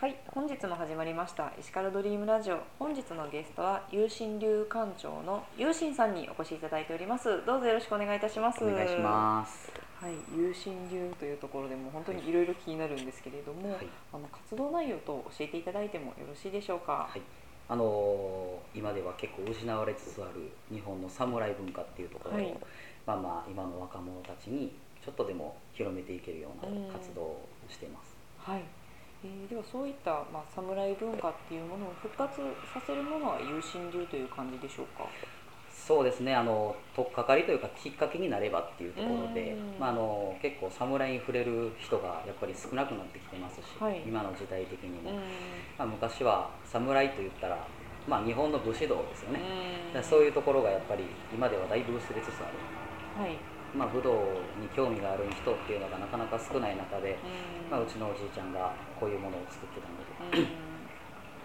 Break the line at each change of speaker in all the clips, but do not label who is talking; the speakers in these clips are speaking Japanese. はい、本日も始まりました石からドリームラジオ。本日のゲストは有心流館長の有心さんにお越しいただいております。どうぞよろしくお願いいたします。
お願いします。
す。はい、有心流というところでも本当にいろいろ気になるんですけれども、
はい、
あの活動内容と教えていただいてもよろしいでしょうか。
はいあのー今では結構失われつつある日本の侍文化っていうところを、
はい
まあまあ今の若者たちにちょっとでも広めていけるよう
うん
な活動をしています。
はい。えーではそういった、まあ、侍文化っていうものを復活させるものは有心流という感じでしょうか。
そうですねあの取っかかりというかきっかけになればっていうところで
うん、
まあ、あの結構侍に触れる人がやっぱり少なくなってきてますし、
はい
今の時代的にも、
うん。
まあ、昔は侍と言ったら、まあ、日本の武士道ですよね、だから
ん
そういうところがやっぱり今ではだいぶ薄れつつある
はい。
まあ、武道に興味がある人っていうのがなかなか少ない中で、
うん
まあ、うちのおじいちゃんがこういうものを作ってたので、
うん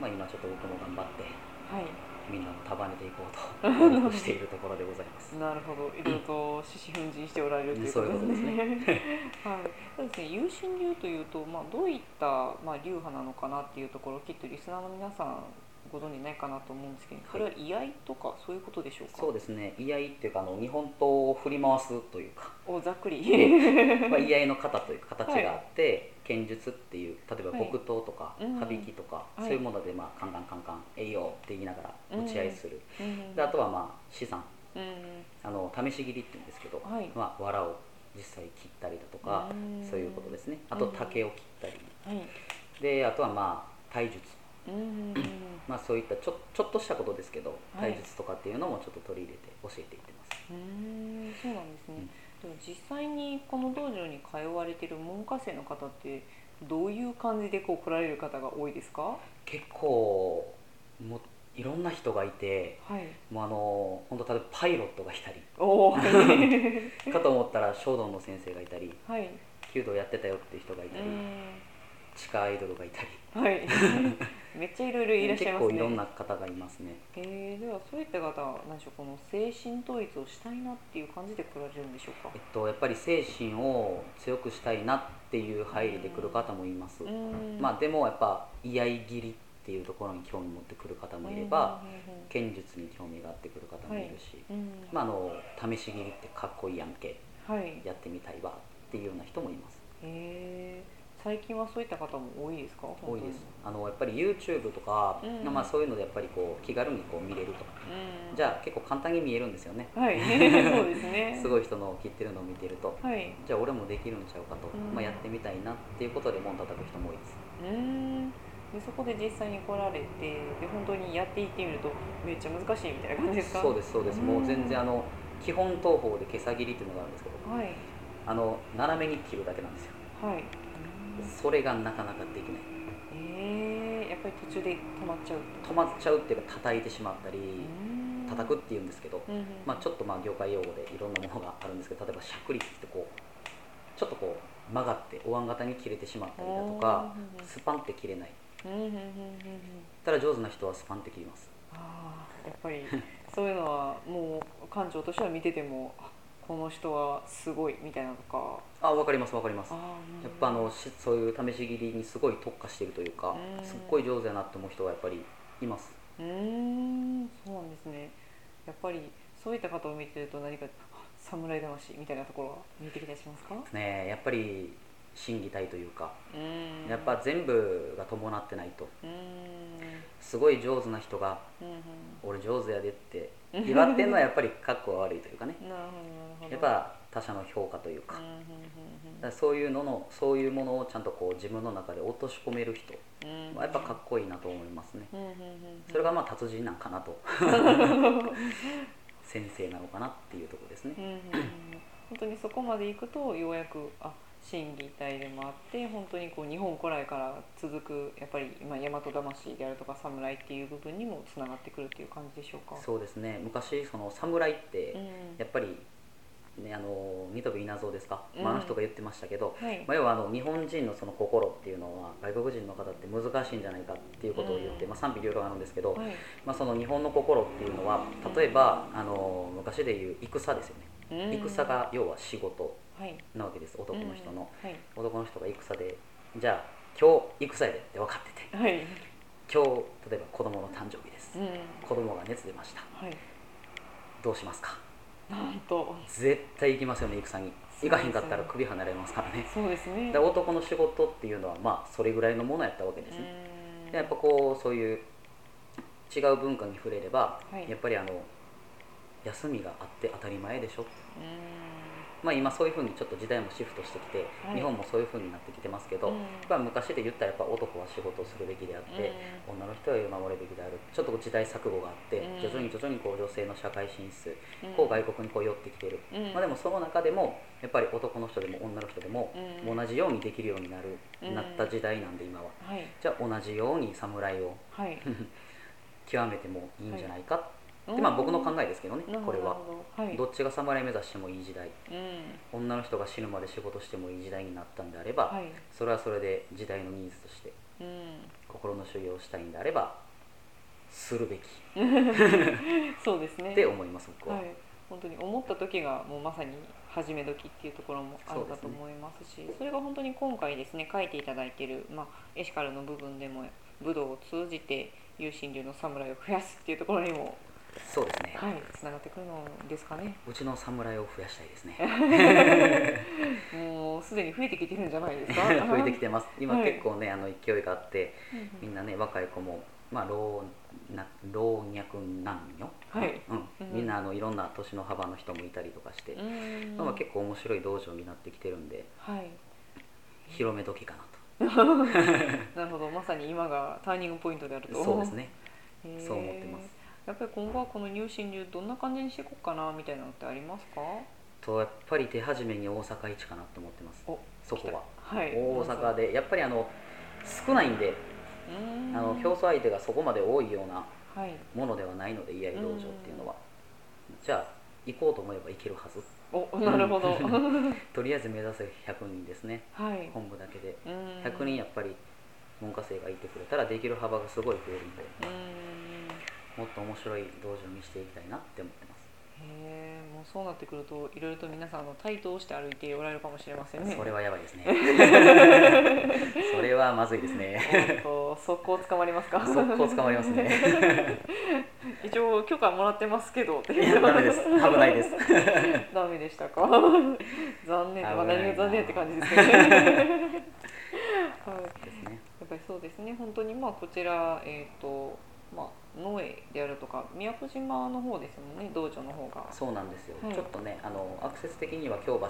まあ、今ちょっと僕も頑張って
はい。
みんなを束ねていこうとしているところでございます。
なるほど、いろいろと獅子奮陣しておられるというこ
そういう
と
こ
で
と
す
です
ね
ね。
はい、そうですね、有心流というと、まあ、どういった、まあ、流派なのかなっていうところ、きっとリスナーの皆さん。ご存じないかなと思うんですけど、これは居合とか、そういうことでしょうか。
そうですね居合っていうかあの日本刀を振り回すと いうか、
お、ざっくり。
まあ、居合の型というか形があって、剣術っていう例えば木刀とか
うん
羽引きとか、
い
そういうもので、まあ、カンカンカンカン「えいよ」って言いながら打ち合いする、
うん
であとはまあ資産
うん、
あの試し切りって言うんですけど、
はい
まあ、藁を実際切ったりだとか、
うん
そういうことですねあと
うん
竹を切ったり、
はい。
であとはまあ体術、
うん。
まあ、そういったちょちょっとしたことですけど
はい
体術とかっていうのもちょっと取り入れて教えていってます、
うん、そうなんですね
う
で
ん。
も、実際にこの道場に通われている門下生の方って。どういう感じでこう来られる方が多いですか。
結構もういろんな人がいて
はい。
もうあの本当例えばパイロットがいたり
おお。はい。
かと思ったら書道の先生がいたり
はい。
弓道やってたよっていう人がいたり、地下アイドルがいたり
はい。めっちゃいろいろいらっしゃいますね。
結構いろんな方がいますね
えーではそういった方は何でしょうこの精神統一をしたいなっていう感じで来られるんでしょうか
えっ。と、やっぱり精神を強くしたいなっていう入りで来る方もいます、
うーん
まあ、でもやっぱ居合切りっていうところに興味持ってくる方もいれば、剣術に興味があってくる方もいるし、
うんうんうん、
まあ、あの試し切りってかっこいいやんけ
あはい。
やってみたいわっていうような人もいます
えー最近はそういった方も多いですか。本
多
当
い
に
です。あのやっぱり YouTube とか、
うん
まあ、そういうのでやっぱりこう気軽にこう見れると
うん。
じゃあ結構簡単に見えるんですよね
あ はい。そうですね。
すごい人の切ってるのを見てると
はい。
じゃあ俺もできるんちゃうかと、
うん
まあ、やってみたいなっていうことで門叩く人も多いです
うーんでそこで実際に来られてで本当にやっていってみるとめっちゃ難しいみたいな感じですか
そうですそうです、
うん
もう全然あの基本投法で袈裟切りっていうのがあるんですけど
はい
あの斜めに切るだけなんですよ
はい
それがなかなかできない
えー、やっぱり途中で止まっちゃう
止まっちゃうっていうか叩いてしまったり叩
く、
くっていうんですけど、
うんうん
まあ、ちょっとまあ業界用語でいろんなものがあるんですけど例えばしゃくりってこうちょっとこう曲がってお椀型に切れてしまったりだとかスパンって切れない
うんうんうんうんうんうん
ただ上手な人はスパンって切ります
あーやっぱ りそういうのはもう館長としては見ててもあこの人はすごいみたいなのとか
あわかりますわかります
あ
やっぱあのしそういう試し切りにすごい特化しているというか
うん
すっごい上手だなって思う人はやっぱりいます
うーんそうなんですねやっぱりそういった方を見てると何かあ侍魂みたいなところは見えてきたりしますか
ねえやっぱり心技体というか
うーん
やっぱ全部が伴ってないと
うーん
すごい上手な人が
うんうん
「俺上手やで」って言われてんのはやっぱりかっこ悪いというかね
なるほどなるほど
やっぱ他者の評価という
う
か
んうん
だからそういうののそういうものをちゃんとこう自分の中で落とし込める人
うんうんうん
はやっぱかっこいいなと思いますね
うんうんうんうん
それがまあ達人なんか なと先生なのかなっていうところですね
うんうんうん本当にそこまで行くとようやくあ心技体でもあって本当にこう日本古来から続くやっぱり今大和魂であるとか侍っていう部分にもつながってくるっていう感じでしょうか。
そうですね昔その侍って
うん
やっぱりねあの三飛稲造ですか、
うん
まあ、あの人が言ってましたけど、
はい
まあ、要はあの日本人のその心っていうのは外国人の方って難しいんじゃないかっていうことを言って、
うん
まあ、賛否両論あるんですけど、
はい
まあ、その日本の心っていうのは例えば、あの昔でいう戦ですよね、
うん
戦が要は仕事
はい
なわけです男の人の、
うんはい
男の人が戦でじゃあ今日戦やでって分かってて
はい
今日例えば子供の誕生日です
うん
子供が熱出ました
はい
どうしますか
なんと
絶対行きますよね戦に行かへんかったら首離れますからね
そうですね
で男の仕事っていうのはまあそれぐらいのものやったわけですね、
うん
でやっぱこうそういう違う文化に触れれば、
はい
やっぱりあの休みがあって当たり前でしょ、
うん
まあ、今そういうふうにちょっと時代もシフトしてきて、
はい
日本もそういうふうになってきてますけど、
うん
まあ、昔で言ったらやっぱ男は仕事をするべきであって、女の人は守るべきであるちょっとこう時代錯誤があって、
うん
徐々に徐々にこう女性の社会進出、
うん
こう外国にこう寄ってきてる、
うん
まあ、でもその中でもやっぱり男の人でも女の人でも
うん
同じようにできるようになる、
うん
なった時代なんで今は
はい
じゃあ同じように侍を
はい
極めてもいいんじゃないかって、
うん
まあ、僕の考えですけどね
なるほ
こ
ど
れは
なるほどはい
どっちが侍目指してもいい時代
うん
女の人が死ぬまで仕事してもいい時代になったんであれば、
はい
それはそれで時代のニーズとして
うん
心の修行をしたいんであればするべき
そうですね
って思います僕は、
はい、本当に思った時がもうまさに始め時っていうところもあるかと思いますしそれが本当に今回ですね書いていただいている、まあ、エシカルの部分でも武道を通じて有心流の侍を増やすっていうところにも
そうですね、
はいつながってくるのですかね
うちの侍を増やした いですね
もうすでに増えてきてるんじゃないですか
増えてきてます今
はい
結構ねあの勢いがあって
うんうん
みんなね若い子も、まあ、老な老若男女、
はい
うん
うん
みんなあのいろんな年の幅の人もいたりとかして、
うーん
まあ、結構面白い道場になってきてるんで
はい
広め時かな
なるほどまさに今がターニングポイントである
と、
と
そうですね
へー
そう思ってます
やっぱり今後はこの入信流どんな感じにしていこうかなみたいなのってありますか
とやっぱり手始めに大阪一かなと思ってます
お
そこは、
はい
大阪でやっぱりあの少ないんで、
う
あの競争相手がそこまで多いような
争はい
ものではないので居合道場っていうのは、じゃあ行こうと思えば行けるはず
おなるほど
とりあえず目指せ100人ですね
はい
本部だけで
うん
100人やっぱり文科生がいてくれたらできる幅がすごい増えるんで
うん
もっと面白い道場にしていきたいなって思ってます
へえもうそうなってくるといろいろと皆さんあの対等して歩いておられるかもしれませんね
それはやばい ですねそれはまずいですね
おっと速攻捕まりますか
速攻捕まりますね
一応許可もらってますけどって
いやダメです危ないです
ダメでしたか 残念まあ
危な
何が
いな
残念って感じですけどね はい
ですね
やっぱりそうですね本当にまあこちらえっ、とまあ農園であるとか宮古島の方ですもんね道場の方が
そうなんですよ、
はい
ちょっとねあのアクセス的には京橋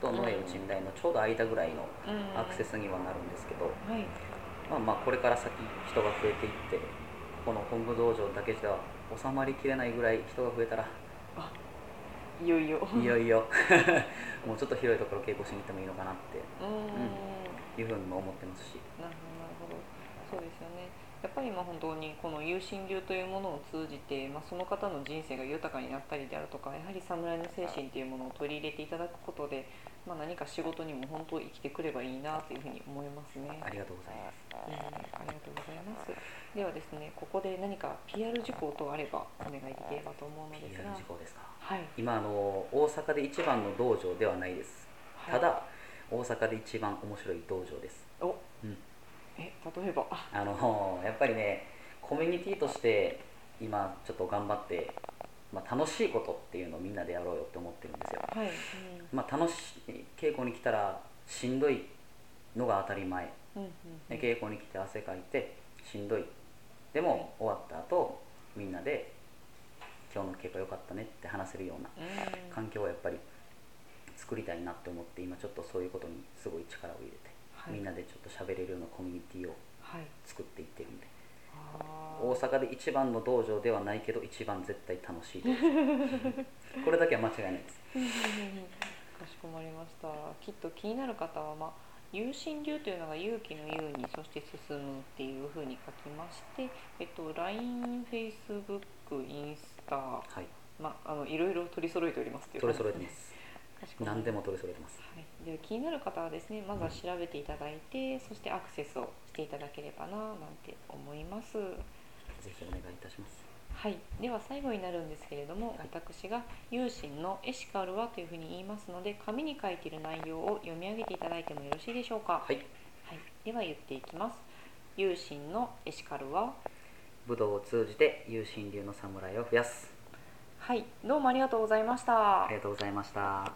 と野江内台のちょうど間ぐらいの
うん
アクセスにはなるんですけど、
はい
まあまあこれから先人が増えていってこの本部道場だけじゃ収まりきれないぐらい人が増えたら
いよいよ
いよいよ もうちょっと広いところ稽古しに行ってもいいのかなっ
うーん
ていうふうにも思ってますし
なるほどなるほどそうですよねやっぱりまあ本当にこの有心流というものを通じて、まあ、その方の人生が豊かになったりであるとかやはり侍の精神というものを取り入れていただくことで、まあ、何か仕事にも本当生きてくればいいなというふうに思いますね。
ありがとうございます
うんありがとうございます。ではですね、ここで何か PR 事項等あればお願いできればと思うのです
PR
が
事、項ですか
はい。
今あの大阪で一番の道場ではないです
はい
た、だ大阪で一番面白い道場です
お、
うん
え例えば、あ
あの やっぱりねコミュニティとして今ちょっと頑張って、まあ、楽しいことっていうのをみんなでやろうよって思ってるんですよ
はい、
まあ、楽しい稽古に来たらしんどいのが当たり前
うん、うん、うんう
で
ん、
稽古に来て汗かいてしんどいでも終わった後みんなで「今日の稽古良かったね」って話せるような
うん
環境をやっぱり作りたいなって思って今ちょっとそういうことにすごい力を入れて、
はい
みんなでちょっと喋れるようなコミュニティを
はい、
作っていってるんで
あ
大阪で一番の道場ではないけど一番絶対楽し い道場これだけは間違いないです
ー、うんうんうんかしこまりました。きっと気になる方はまあ。有心流というのが勇気の勇にそして進むっていうふうに書きまして、えっと、LINE、Facebook、インスタ、
はい
まあ、あのいろいろ取り揃えておりますという
取り揃え
感
て
じ
ま
ですかしこまりました
何でも取り揃えてます
はい、で気になる方はですねまずは調べていただいて、そしてアクセスをしていただければななんて思います
ぜひお願いいたします
はいでは最後になるんですけれども私が「有心のエシカルは」というふうに言いますので紙に書いている内容を読み上げていただいてもよろしいでしょうか
はい
はいでは言っていきます有心のエシカルは
武道を通じて有心流の侍を増やす
はいどうもありがとうございました
ありがとうございました